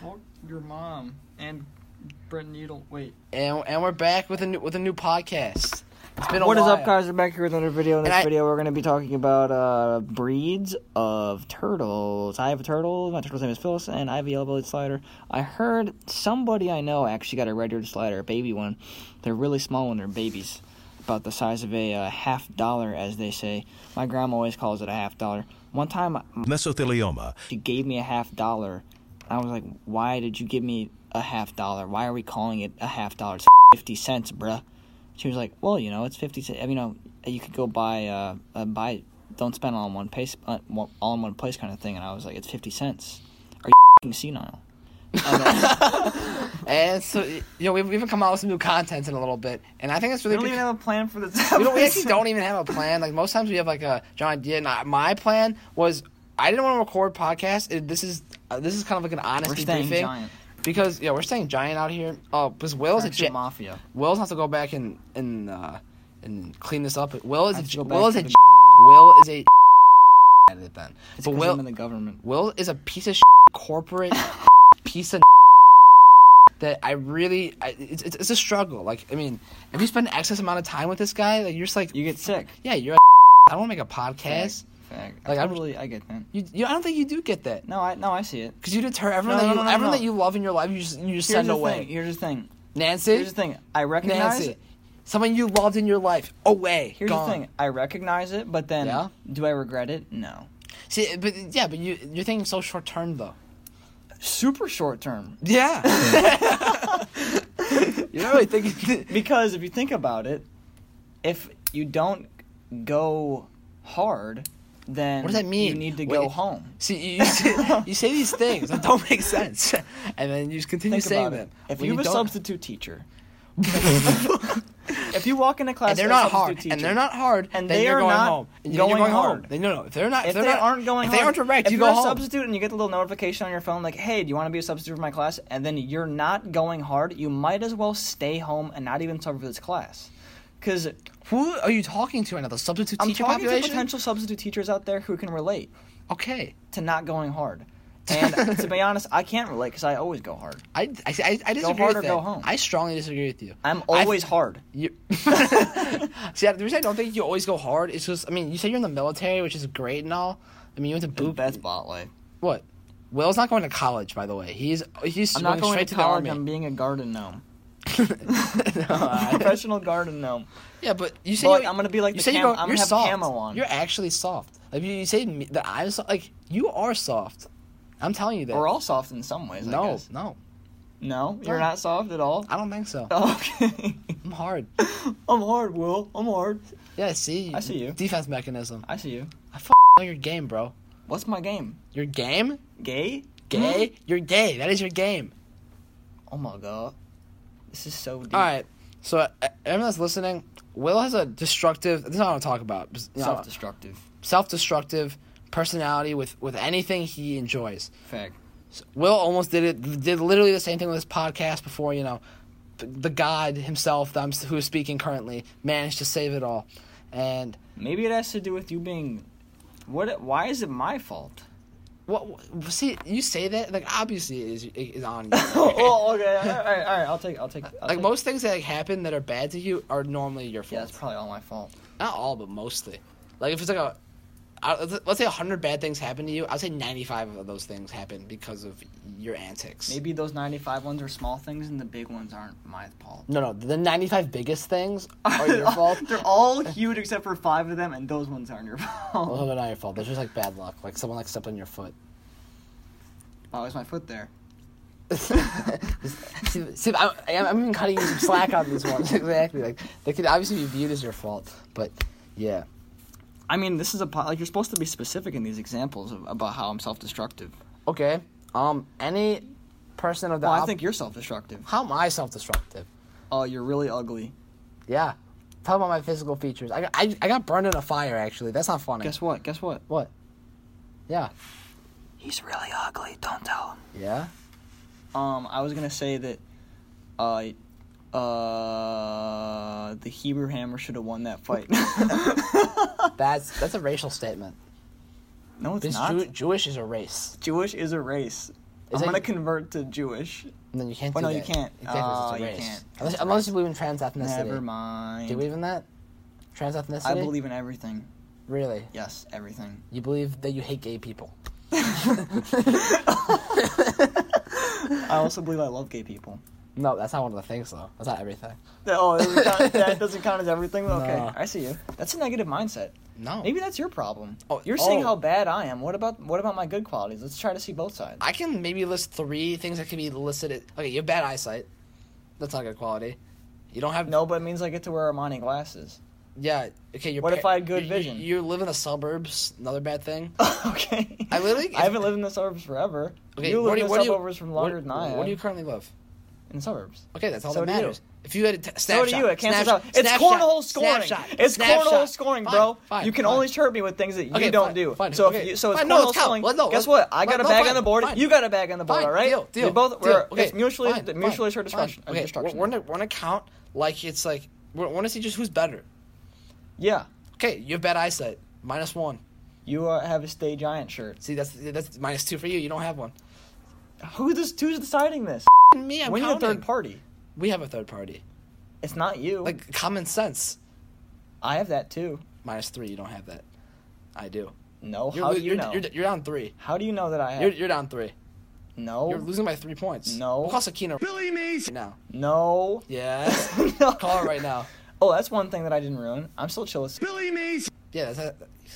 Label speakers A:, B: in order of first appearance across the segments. A: called your mom and Brett Needle. Wait.
B: And, and we're back with a new with a new podcast. It's been a
C: What is
B: while.
C: up, guys? We're back here with another video. In this
B: And I-
C: video, we're going to be talking about uh, breeds of turtles. I have a turtle. My turtle's name is Phyllis, and I have a yellow-bellied slider. I heard somebody I know actually got a red-eared slider, a baby one. They're really small when they're babies, about the size of a uh, half dollar, as they say. My grandma always calls it a half dollar. One time,
D: mesothelioma,
C: she gave me a half dollar. I was like, why did you give me a half dollar? Why are we calling it a half dollar? It's 50 cents, bruh. She was like, well, you know, it's 50 cents. I mean, you know, you could go buy, uh, uh buy, don't spend all in one place, uh, one- all in one place kind of thing. And I was like, it's 50 cents. Are you f***ing senile? And then-
B: And so you know we've, we've come out with some new content in a little bit, and I think it's
A: We don't
B: really
A: even
B: beca-
A: have a plan for this.
B: we, don't, we actually don't even have a plan. Like most times we have like a John idea. And I, my plan was I didn't want to record podcasts. It, this is uh, this is kind of like an
C: we're
B: honesty
C: staying
B: briefing
C: giant.
B: because yeah we're staying giant out here. Oh, because Will's a
C: Actually,
B: jet.
C: mafia.
B: Will's has to go back and and uh, and clean this up. Will is
C: I
B: a
C: have to
B: j-
C: go back
B: Will is
C: to
B: a
C: the-
B: j- Will is a edit then.
C: It's
B: But
C: because
B: Will-
C: I'm in the government.
B: Will is a piece of corporate piece of that I really I, it's, it's it's a struggle. Like I mean, if you spend excess amount of time with this guy, like you're just like
C: You get sick.
B: yeah you're. A I don't want to make a podcast.
C: Fact.
B: Like,
C: I
B: I'm-
C: totally, I get that.
B: You, you I don't think you do get that
C: No, I, no, I see it.
B: because you deter everyone that
C: No, no,
B: you,
C: no, no,
B: everyone
C: no.
B: that you love in your life. You just you just
C: Here's
B: send
C: the
B: away.
C: thing. Here's the thing.
B: Nancy,
C: Here's the thing. I recognize
B: Nancy, someone you loved in your life away.
C: Here's
B: gone.
C: the thing. I recognize it, but then
B: Yeah?
C: do I regret it? No.
B: See, but yeah, but you you're thinking so short term though.
C: Super short term.
B: Yeah. you're not really thinking.
C: Because if you think about it, if you don't go hard, then
B: What does that mean?
C: you need to go
B: Wait.
C: home.
B: See, you, you, say, you say these things that don't make sense, and then you just continue
C: Think
B: saying
C: about it.
B: them.
C: If
B: When
C: you have a
B: don't-
C: substitute teacher, if you walk into class
B: and they're
C: with a
B: not
C: substitute
B: hard,
C: teacher,
B: and they're not hard,
C: and
B: then
C: they
B: you're
C: are
B: going
C: not
B: home. Then
C: going
B: you're going home.
C: hard.
B: Then, no, no, if they're not,
C: if
B: they're
C: they
B: not,
C: aren't going
B: if
C: hard,
B: they aren't direct,
C: if
B: you
C: you're
B: go
C: a
B: home.
C: substitute and you get the little notification on your phone like, "Hey, do you want to be a substitute for my class?" and then you're not going hard, you might as well stay home and not even serve this class. Cuz
B: Who are you talking to right now? The substitute
C: I'm
B: teacher
C: talking to
B: population.
C: potential substitute teachers out there who can relate
B: okay,
C: to not going hard. And to be honest, I can't relate cuz I always go hard.
B: I, I, I, I disagree
C: hard
B: with
C: or
B: that.
C: go home.
B: I strongly disagree with you.
C: I'm
B: I-
C: always hard.
B: You see, the reason I don't think you always go hard is because I mean, you say you're in the military, which is great and all. I mean, you went to boot.
C: spotlight.
B: What? Will's not going to college, by the way. He's he's
C: I'm not going
B: straight
C: to
B: the
C: college.
B: army.
C: I'm being a garden gnome. Uh,
B: No, I-
C: Professional garden gnome.
B: yeah, but you say
C: But
B: you,
C: I'm gonna be like
B: you
C: the
B: say
C: cam-
B: you go,
C: I'm gonna
B: you're
C: have
B: soft.
C: camo on.
B: You're actually soft. Like you, you say me- that I'm soft. Like you are soft. I'm telling you that.
C: We're all soft in some ways. I
B: no,
C: guess.
B: no,
C: no, you're
B: No.
C: not soft at all.
B: I don't think so.
C: Okay.
B: I'm hard.
C: I'm hard, Will. I'm hard.
B: Yeah, see.
C: I see you.
B: Defense mechanism.
C: I see you.
B: Know your game, bro.
C: What's my game?
B: Your game?
C: Gay? Hmm?
B: Gay?
C: Mm-hmm.
B: You're gay. That is your game.
C: Oh my god. This is so deep.
B: All right. So uh, everyone that's listening, Will has a destructive. This is not what I'm talking about. Just, you know,
C: Self destructive.
B: self-destructive personality with with anything he enjoys.
C: Fact.
B: Will almost did it did literally the same thing with this podcast before you know the, the God himself that I'm, who is speaking currently managed to save it all, and
C: Maybe it has to do with you being. What? Why is it my fault?
B: what see you say that like obviously it is it is on you.
C: oh, okay. All right, all right. I'll take. I'll take. I'll
B: Like
C: take-
B: most things that like, happen that are bad to you are normally your
C: Yeah,
B: fault.
C: it's probably all my fault.
B: Not all, but mostly. Like if it's like a, I- let's say hundred bad things happen to you, I'd say ninety-five of those things happen because of your antics.
C: Maybe those 95 ones are small things and the big ones aren't my fault.
B: No, no. The 95 biggest things are your fault.
C: They're all huge except for five of them, and those ones aren't your fault.
B: Well, they're not your fault. They're just like bad luck. Like someone like stepped on your foot. Oh.
C: Wow, is my foot there?
B: see, see, I'm, I'm I'm even cutting you some slack on these ones. exactly. Like they could obviously be viewed as your fault, but yeah.
C: I mean, this is a po- like you're supposed to be specific in these examples of, about how I'm self-destructive.
B: Okay. Um. Any person of the.
C: Well, I
B: op-
C: think you're self-destructive.
B: How am I self-destructive?
C: Oh, you're really ugly.
B: Yeah. Talk about my physical features. I, got- I, I got burned in a fire. Actually, that's not funny.
C: Guess what? Guess what?
B: what? Yeah.
C: He's really ugly. Don't tell
B: Yeah.
C: him. Um, I was gonna say that, uh, uh, the Hebrew Hammer should have won that fight.
B: That's that's a racial statement.
C: no, it's
B: This
C: not.
B: Jew- Jewish is a race.
C: Jewish is a race.
B: Is
C: I'm
B: that-
C: gonna convert to Jewish.
B: No, you can't.
C: Well,
B: do
C: no,
B: that.
C: you can't.
B: You can't. 'cause
C: Oh,
B: it's a
C: you
B: race.
C: can't.
B: Unless, unless you believe in trans ethnicity.
C: Never
B: Do you
C: mind.
B: believe in that? Trans ethnicity.
C: I believe in everything.
B: Really,
C: Yes, everything.
B: you believe that you hate gay people.
C: I also believe I love gay people.
B: No, that's not one of the things though. That's not everything.
C: That, oh, that doesn't count, that doesn't count as everything. Okay,
B: No.
C: I see you. That's a negative mindset.
B: No.
C: Maybe that's your problem.
B: Oh,
C: You're saying
B: oh.
C: how bad I am. What about what about my good qualities? Let's try to see both sides.
B: I can maybe list three things that can be listed. As, okay, you have bad eyesight. That's not good quality. You don't have
C: No, but it means I get to wear Armani glasses.
B: Yeah. Okay. Your
C: What if I had good
B: you-
C: vision?
B: You, you live in the suburbs. Another bad thing.
C: okay.
B: I literally-
C: I haven't lived in the suburbs forever.
B: Okay.
C: you
B: what
C: lived
B: do you,
C: in the
B: what do you-
C: suburbs from longer
B: what,
C: than I have.
B: What do you currently live?
C: in the suburbs?
B: Okay, that's all
C: So
B: that
C: do you.
B: matters. If you had a t-
C: So
B: snapshot,
C: do you. It cancels
B: snapshot,
C: out. It's
B: snapshot,
C: cornhole scoring.
B: snapshot,
C: it's
B: snapshot.
C: cornhole scoring,
B: Fine,
C: bro.
B: fine,
C: you can
B: fine.
C: only chirp me with things that you
B: Okay,
C: don't
B: fine,
C: do.
B: fine,
C: so if
B: okay.
C: you, so it's
B: Fine,
C: cornhole
B: no, let's count.
C: scoring.
B: Well, no,
C: Guess
B: let's-
C: what? I got
B: fine,
C: a
B: no,
C: bag
B: fine,
C: on the board.
B: fine.
C: You got a bag on the board.
B: Fine,
C: all right.
B: deal, deal,
C: we
B: deal.
C: both we're
B: Okay,
C: it's mutually
B: fine,
C: mutually
B: fine,
C: assured
B: fine.
C: destruction.
B: Okay,
C: destruction.
B: we're, we're gonna, we're gonna count like it's like we're, we're gonna see just who's better.
C: yeah,
B: Okay, you have bad eyesight, minus one.
C: you uh, have a stay giant shirt.
B: See, that's that's minus two for you. You don't have one.
C: Who this? Who's deciding this?
B: Me, I'm
C: we need a
B: counting.
C: third party.
B: We have a third party.
C: It's not you.
B: Like common sense,
C: I have that too.
B: minus three. You don't have that. I do.
C: No,
B: You're,
C: how
B: lo-
C: do you
B: you're,
C: know?
B: You're, you're down three.
C: how do you know that I have?
B: You're, you're down three.
C: no,
B: You're losing by three points.
C: No.
B: We'll call Sakina right now.
C: no.
B: Yes.
C: No.
B: Call her right now.
C: Oh, that's one thing that I didn't ruin. I'm still chill as.
B: Yeah, that's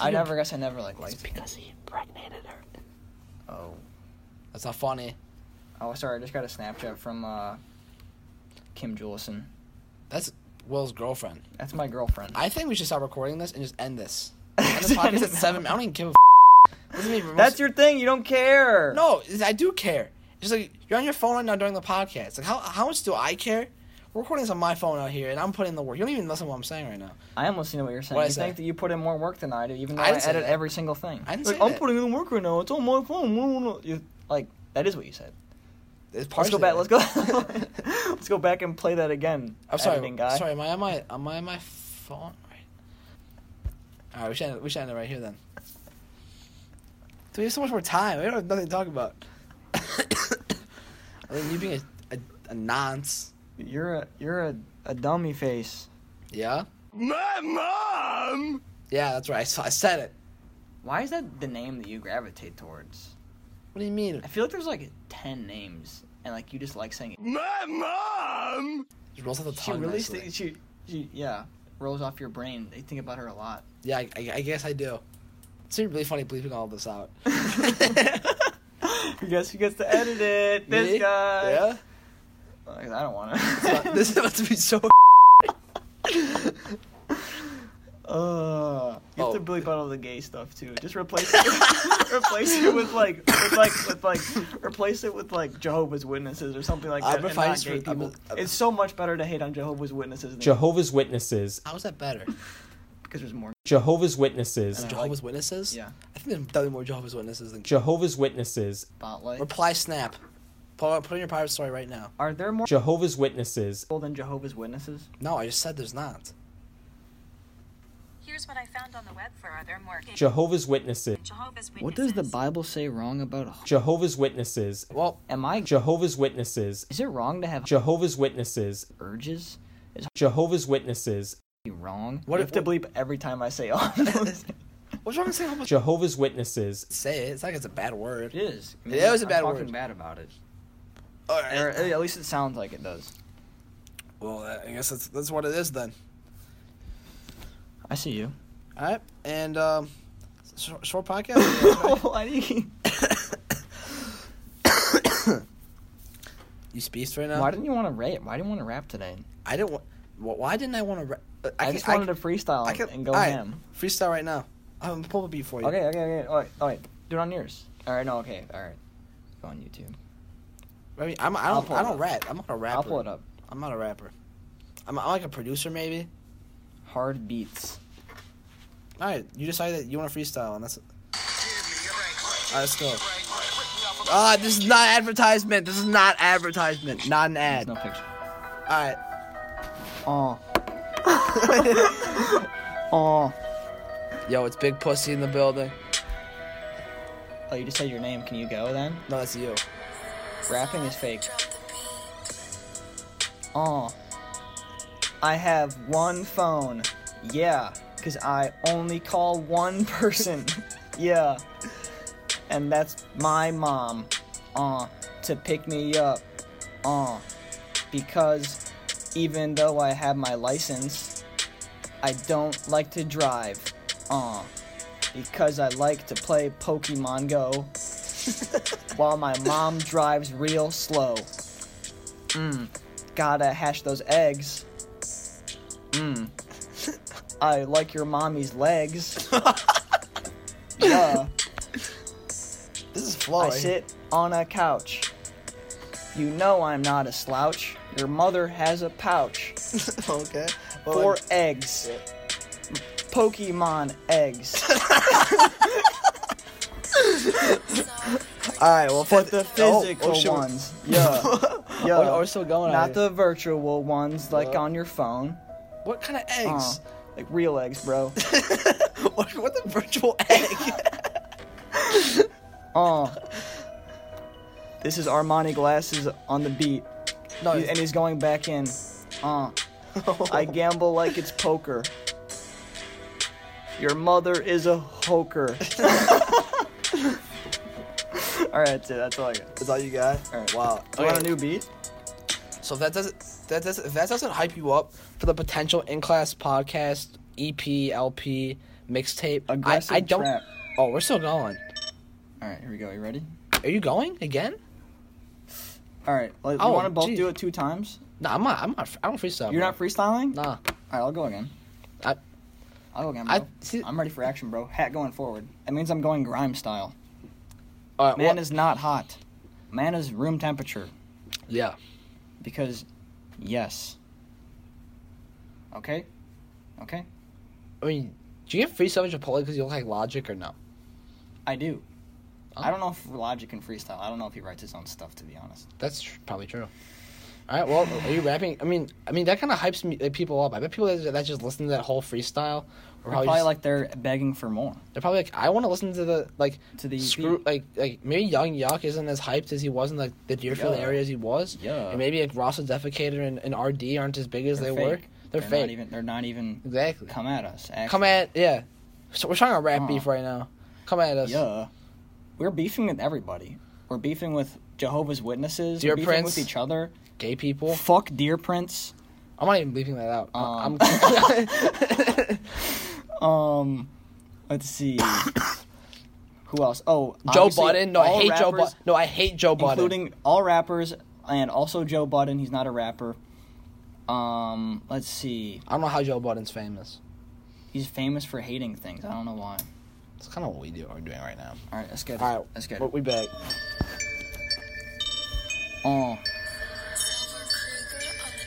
C: I never guess I never like liked.
B: because he impregnated her.
C: Oh.
B: That's not funny.
C: Oh, sorry, I just got a Snapchat from uh, Kim Julison.
B: That's Will's girlfriend.
C: That's my girlfriend.
B: I think we should stop recording this and just end this. End this
C: Send
B: podcast
C: it
B: at
C: now.
B: seven. I don't even give a. F- Listen to me.
C: That's your thing. You don't care.
B: No, it's- I do care. It's like you're on your phone right now during the podcast. Like how how much do I care? We're recording this on my phone out here, and I'm putting in the work. You don't even listen to what I'm saying right now.
C: I am listening to what you're saying.
B: What'd I
C: you
B: say?
C: think that you put in more work than I do, even though
B: I
C: I,
B: didn't say
C: edit
B: that.
C: every single thing.
B: I didn't
C: like,
B: say
C: I'm
B: that.
C: putting in the work right now. It's on my phone. You- Like that is what you said.
B: It's
C: Let's go
B: partially-
C: back. Let's go. let's go back and play that again.
B: I'm sorry.
C: editing guy.
B: Sorry, am I on my am I on my phone? Right. All right, we should end, it- we should end it right here then. Dude, we have so much more time. We don't have nothing to talk about. I think you being a, a, a nonce.
C: You're a you're a, a dummy face.
B: Yeah. My mom. Yeah, that's right. I, saw, I said it.
C: Why is that the name that you gravitate towards?
B: What do you mean?
C: I feel like there's like ten names, and like you just like saying. it.
B: My mom. It rolls off the
C: She
B: tongue.
C: really
B: nicely.
C: sti- she, she yeah rolls off your brain. They think about her a lot.
B: Yeah, I, I, I guess I do. It's really funny bleeping all this out.
C: Who guess who gets to edit it? This
B: Me?
C: guy.
B: Yeah.
C: Like, I don't want
B: So-
C: to.
B: this is about to be so.
C: Uh, you have to
B: Oh.
C: bleep out all the gay stuff too. Just replace it, replace it with like, with like, with like, replace it with like Jehovah's Witnesses or something like
B: I'll
C: that. and
B: replace
C: not gay
B: it- I'm-
C: people.
B: I'm-
C: it's so much better to hate on Jehovah's Witnesses than
D: Jehovah's Witnesses.
B: How is that better?
C: because there's more.
D: Jehovah's Witnesses.
C: And I-
B: Jehovah's Witnesses?
C: Yeah,
B: I think there's definitely more Jehovah's Witnesses than.
D: Jehovah's Witnesses.
C: spotlight.
B: Reply Snap. Put, put in your pirate story right now.
C: Are there more
D: Jehovah's Witnesses.
C: people than Jehovah's Witnesses?
B: No, I just said there's not.
E: Here's what I found on the web for other more gay
D: Jehovah's Witnesses.
E: Jehovah's Witnesses.
C: What does the Bible say wrong about?
D: Jehovah's Witnesses.
B: Well,
C: Am I?
D: Jehovah's Witnesses.
C: Is it wrong to have
D: Jehovah's Witnesses.
C: urges?
D: Jehovah's Witnesses.
C: Be wrong.
B: What
C: you have
B: if-
C: to bleep every time I say all those?
B: what's wrong with saying Jehovah's?
D: Jehovah's Witnesses.
B: Say it. It's like it's a bad word.
C: It is. I
B: That was a
C: I'm
B: bad
C: talking
B: word.
C: bad about it.
B: All
C: Or
B: right.
C: at least it sounds like it does.
B: Well, I guess that's that's what it is then.
C: I see you.
B: All right, and um, short, short podcast.
C: Why do you keep-
B: you speeched right now.
C: Why didn't you want to rap? Why didn't you want to rap today?
B: I didn't want. Why didn't I want to? Ra- uh,
C: I,
B: can-
C: just wanted
B: can-
C: to freestyle
B: I can-
C: and go
B: all right,
C: ham.
B: Freestyle right now. I'm gonna pull a beat for you.
C: Okay, okay, okay. All right, all right. Do it on yours. All right, no, okay, all right. Go on YouTube.
B: I mean, I'm, I
C: I'll
B: don't.
C: pull
B: I
C: it
B: don't
C: up.
B: rap. I'm not a rapper.
C: I'll pull it up.
B: I'm not a rapper. I'm, I'm like a producer maybe.
C: Hard beats.
B: All right, you decide that you want to freestyle, and that's. All right, let's go. Ah, this is not advertisement. This is not advertisement. Not an
C: There's
B: ad.
C: no picture.
B: All right.
C: Oh. oh.
B: Yo, it's big pussy in the building.
C: Oh, you just said your name. Can you go then?
B: No, that's you.
C: Rapping is fake. Oh. I have one phone. Yeah, because I only call one person. yeah. And that's my mom. Uh, to pick me up. Uh, because even though I have my license, I don't like to drive. Uh, because I like to play Pokemon Go while my mom drives real slow. Mmm, gotta hash those eggs. Mmm, I like your mommy's legs. yeah,
B: This is flow.
C: I
B: right here.
C: sit on a couch. You know I'm not a slouch. Your mother has a pouch
B: okay. Well,
C: for
B: like,
C: eggs. Pokemon eggs.
B: all right. Well,
C: but
B: fuck
C: the
B: oh, oh,
C: physical
B: shoot.
C: ones. Yeah. yeah.
B: Oh, we're still going.
C: Not
B: out
C: the virtual ones like
B: Yeah.
C: on your phone.
B: here. What kind of
C: Uh,
B: eggs?
C: like real eggs, bro. Uh-huh.
B: what, what the virtual egg?
C: Oh. This is Armani glasses on the beat.
B: no.
C: He- and he's going back in. Uh. I gamble like it's poker. Your mother is a hoker. all right, that's it. That's all I got.
B: That's all you got.
C: All right.
B: Wow.
C: Do you want
B: Okay.
C: a new beat?
B: So if that doesn't that doesn't if that doesn't hype you up for the potential in class podcast E EP LP mixtape, I,
C: Aggressive
B: I don't.
C: trap.
B: Oh, we're still going.
C: All right, here we go. You ready?
B: Are you going again?
C: All right. Like,
B: Oh,
C: you want to both
B: geez.
C: do it two times?
B: No, I'm not. I'm not. I don't freestyle.
C: You're
B: bro.
C: not freestyling?
B: Nah.
C: All right, I'll go again.
B: I-
C: I'll go again, bro.
B: I-
C: I,
B: see-
C: am ready for action, bro. Hat going forward. That means I'm going grime style.
B: All right.
C: Man
B: well,
C: is not hot. Man is room temperature.
B: yeah.
C: Because, yes. Okay? Okay?
B: I mean, do you get freestyle with Chipotle because you look like Logic or no?
C: I do. I
B: Oh.
C: don't know if Logic can freestyle. I don't know if he writes his own stuff, to be honest.
B: That's tr- probably true. All right. Well, are you rapping? I mean, I mean that kind of hypes me, like, people up. I bet people that, that just listen to that whole freestyle are probably,
C: Probably,
B: just-
C: like they're begging for more.
B: they're probably like, I want to listen to the like
C: To the E EP.
B: screw like like maybe Young Yuck isn't as hyped as he was in like the Deerfield
C: Yeah.
B: area as he was.
C: Yeah.
B: And maybe like Ross the Defecator and, and RD aren't as big as
C: They're
B: they were.
C: fake.
B: They're,
C: They're
B: fake.
C: Not even, they're not even
B: exactly. Come,
C: come at us. Actually.
B: at yeah. So we're trying to rap
C: Uh.
B: beef right now. Come at us.
C: Yeah. We're beefing with everybody. We're beefing with Jehovah's Witnesses.
B: Dear
C: We're beefing
B: Prince.
C: with each other.
B: Gay people.
C: Fuck Deer Prince.
B: I'm not even bleeping that out. I'm,
C: Um.
B: I'm
C: Um, let's see. Who else? Oh,
B: Joe
C: obviously,
B: Budden. No, I
C: all
B: hate Joe
C: rappers,
B: Budden. No, I hate Joe Budden.
C: Including all rappers and also Joe Budden. He's not a rapper. Um, let's see.
B: I don't know how Joe Budden's famous.
C: He's famous for hating things. I don't know why.
B: It's kind of what we do. What we're doing right now.
C: All right, let's get it.
B: All right.
C: let's get
B: we-
C: it.
B: We back.
C: Oh.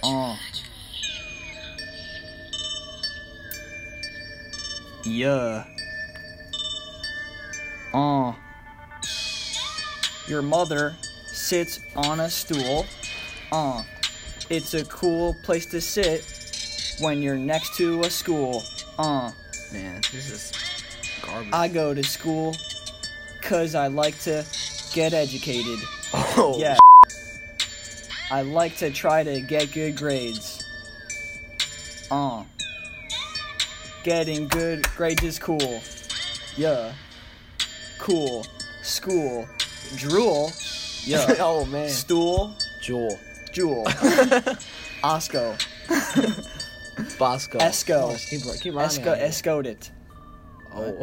C: Oh. Yeah. Oh. Your mother sits on a stool. Uh. It's a cool place to sit when you're next to a school. Uh.
B: Man, this is garbage.
C: I go to school cuz I like to get educated.
B: oh
C: Yeah. I like to try to get good grades. Uh. Getting good grades is cool. Yeah. Cool. School. Drool. Yeah.
B: oh man.
C: Stool.
B: Jewel.
C: Jewel. Osco.
B: Bosco.
C: Esco.
B: Oh, keep, keep rhyming
C: Esco
B: on it.
C: escoed it.
B: Oh.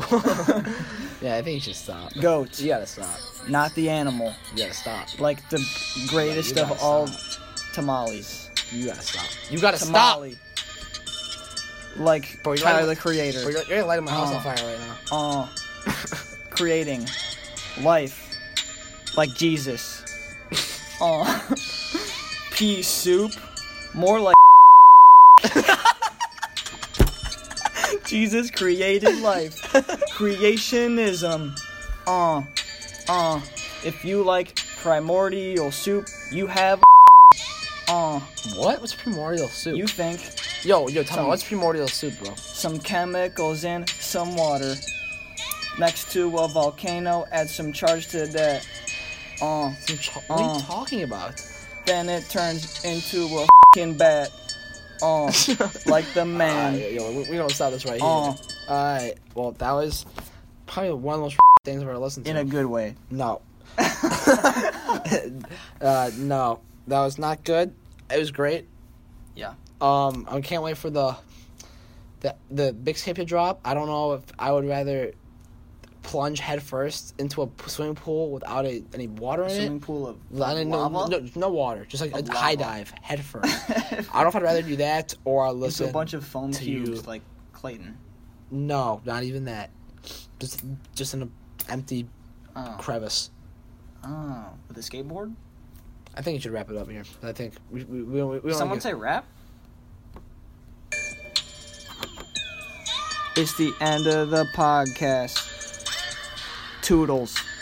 B: yeah, I think you should stop.
C: Goat.
B: You gotta stop.
C: Not the animal.
B: You gotta stop.
C: Like the greatest
B: Yeah, you
C: of
B: gotta
C: all
B: stop.
C: tamales.
B: You gotta stop. You gotta
C: Tamale. Like
B: Bro, you're
C: Tyler
B: like-
C: the
B: stop.
C: Creator.
B: Bro, you're, you're lighting my house
C: Oh.
B: on fire right now.
C: uh, creating life like Jesus. Uh, pea soup, more like Jesus created life. Creationism. Uh, uh, if you like primordial soup, you have. Uh,
B: Um, What? What's primordial soup?
C: you think
B: yo, yo, tell me
C: Some-
B: what's primordial soup, bro?
C: some chemicals in some water. Next to a volcano, add some charge to that. uh,
B: What are you ta- what are you
C: Uh.
B: talking about?
C: then it turns into a fing bat, uh, like the
B: Alright,
C: man,
B: yo, we, we don't stop this right here.
C: uh,
B: Alright, well, that was probably one of the most things I've ever listened to.
C: in a good way.
B: No. uh, no, that was not good. It was great.
C: Yeah.
B: Um, I can't wait for the the the mixtape to drop. I don't know if I would rather plunge headfirst into a p- swimming pool without a, any water in
C: Swimming
B: it.
C: pool of
B: Without any- no,
C: lava.
B: no, no water, just like a
C: Of
B: high
C: lava.
B: dive headfirst. I don't know if I'd rather do that or I'll
C: Into
B: listen.
C: a bunch of foam
B: to
C: cubes
B: you.
C: like Clayton.
B: no, not even that. Just just in an empty
C: Oh,
B: crevice.
C: oh, with a skateboard.
B: I think you should wrap it up here. I think we we we, we don't
C: Someone
B: get-
C: say rap. It's the end of the podcast. Toodles.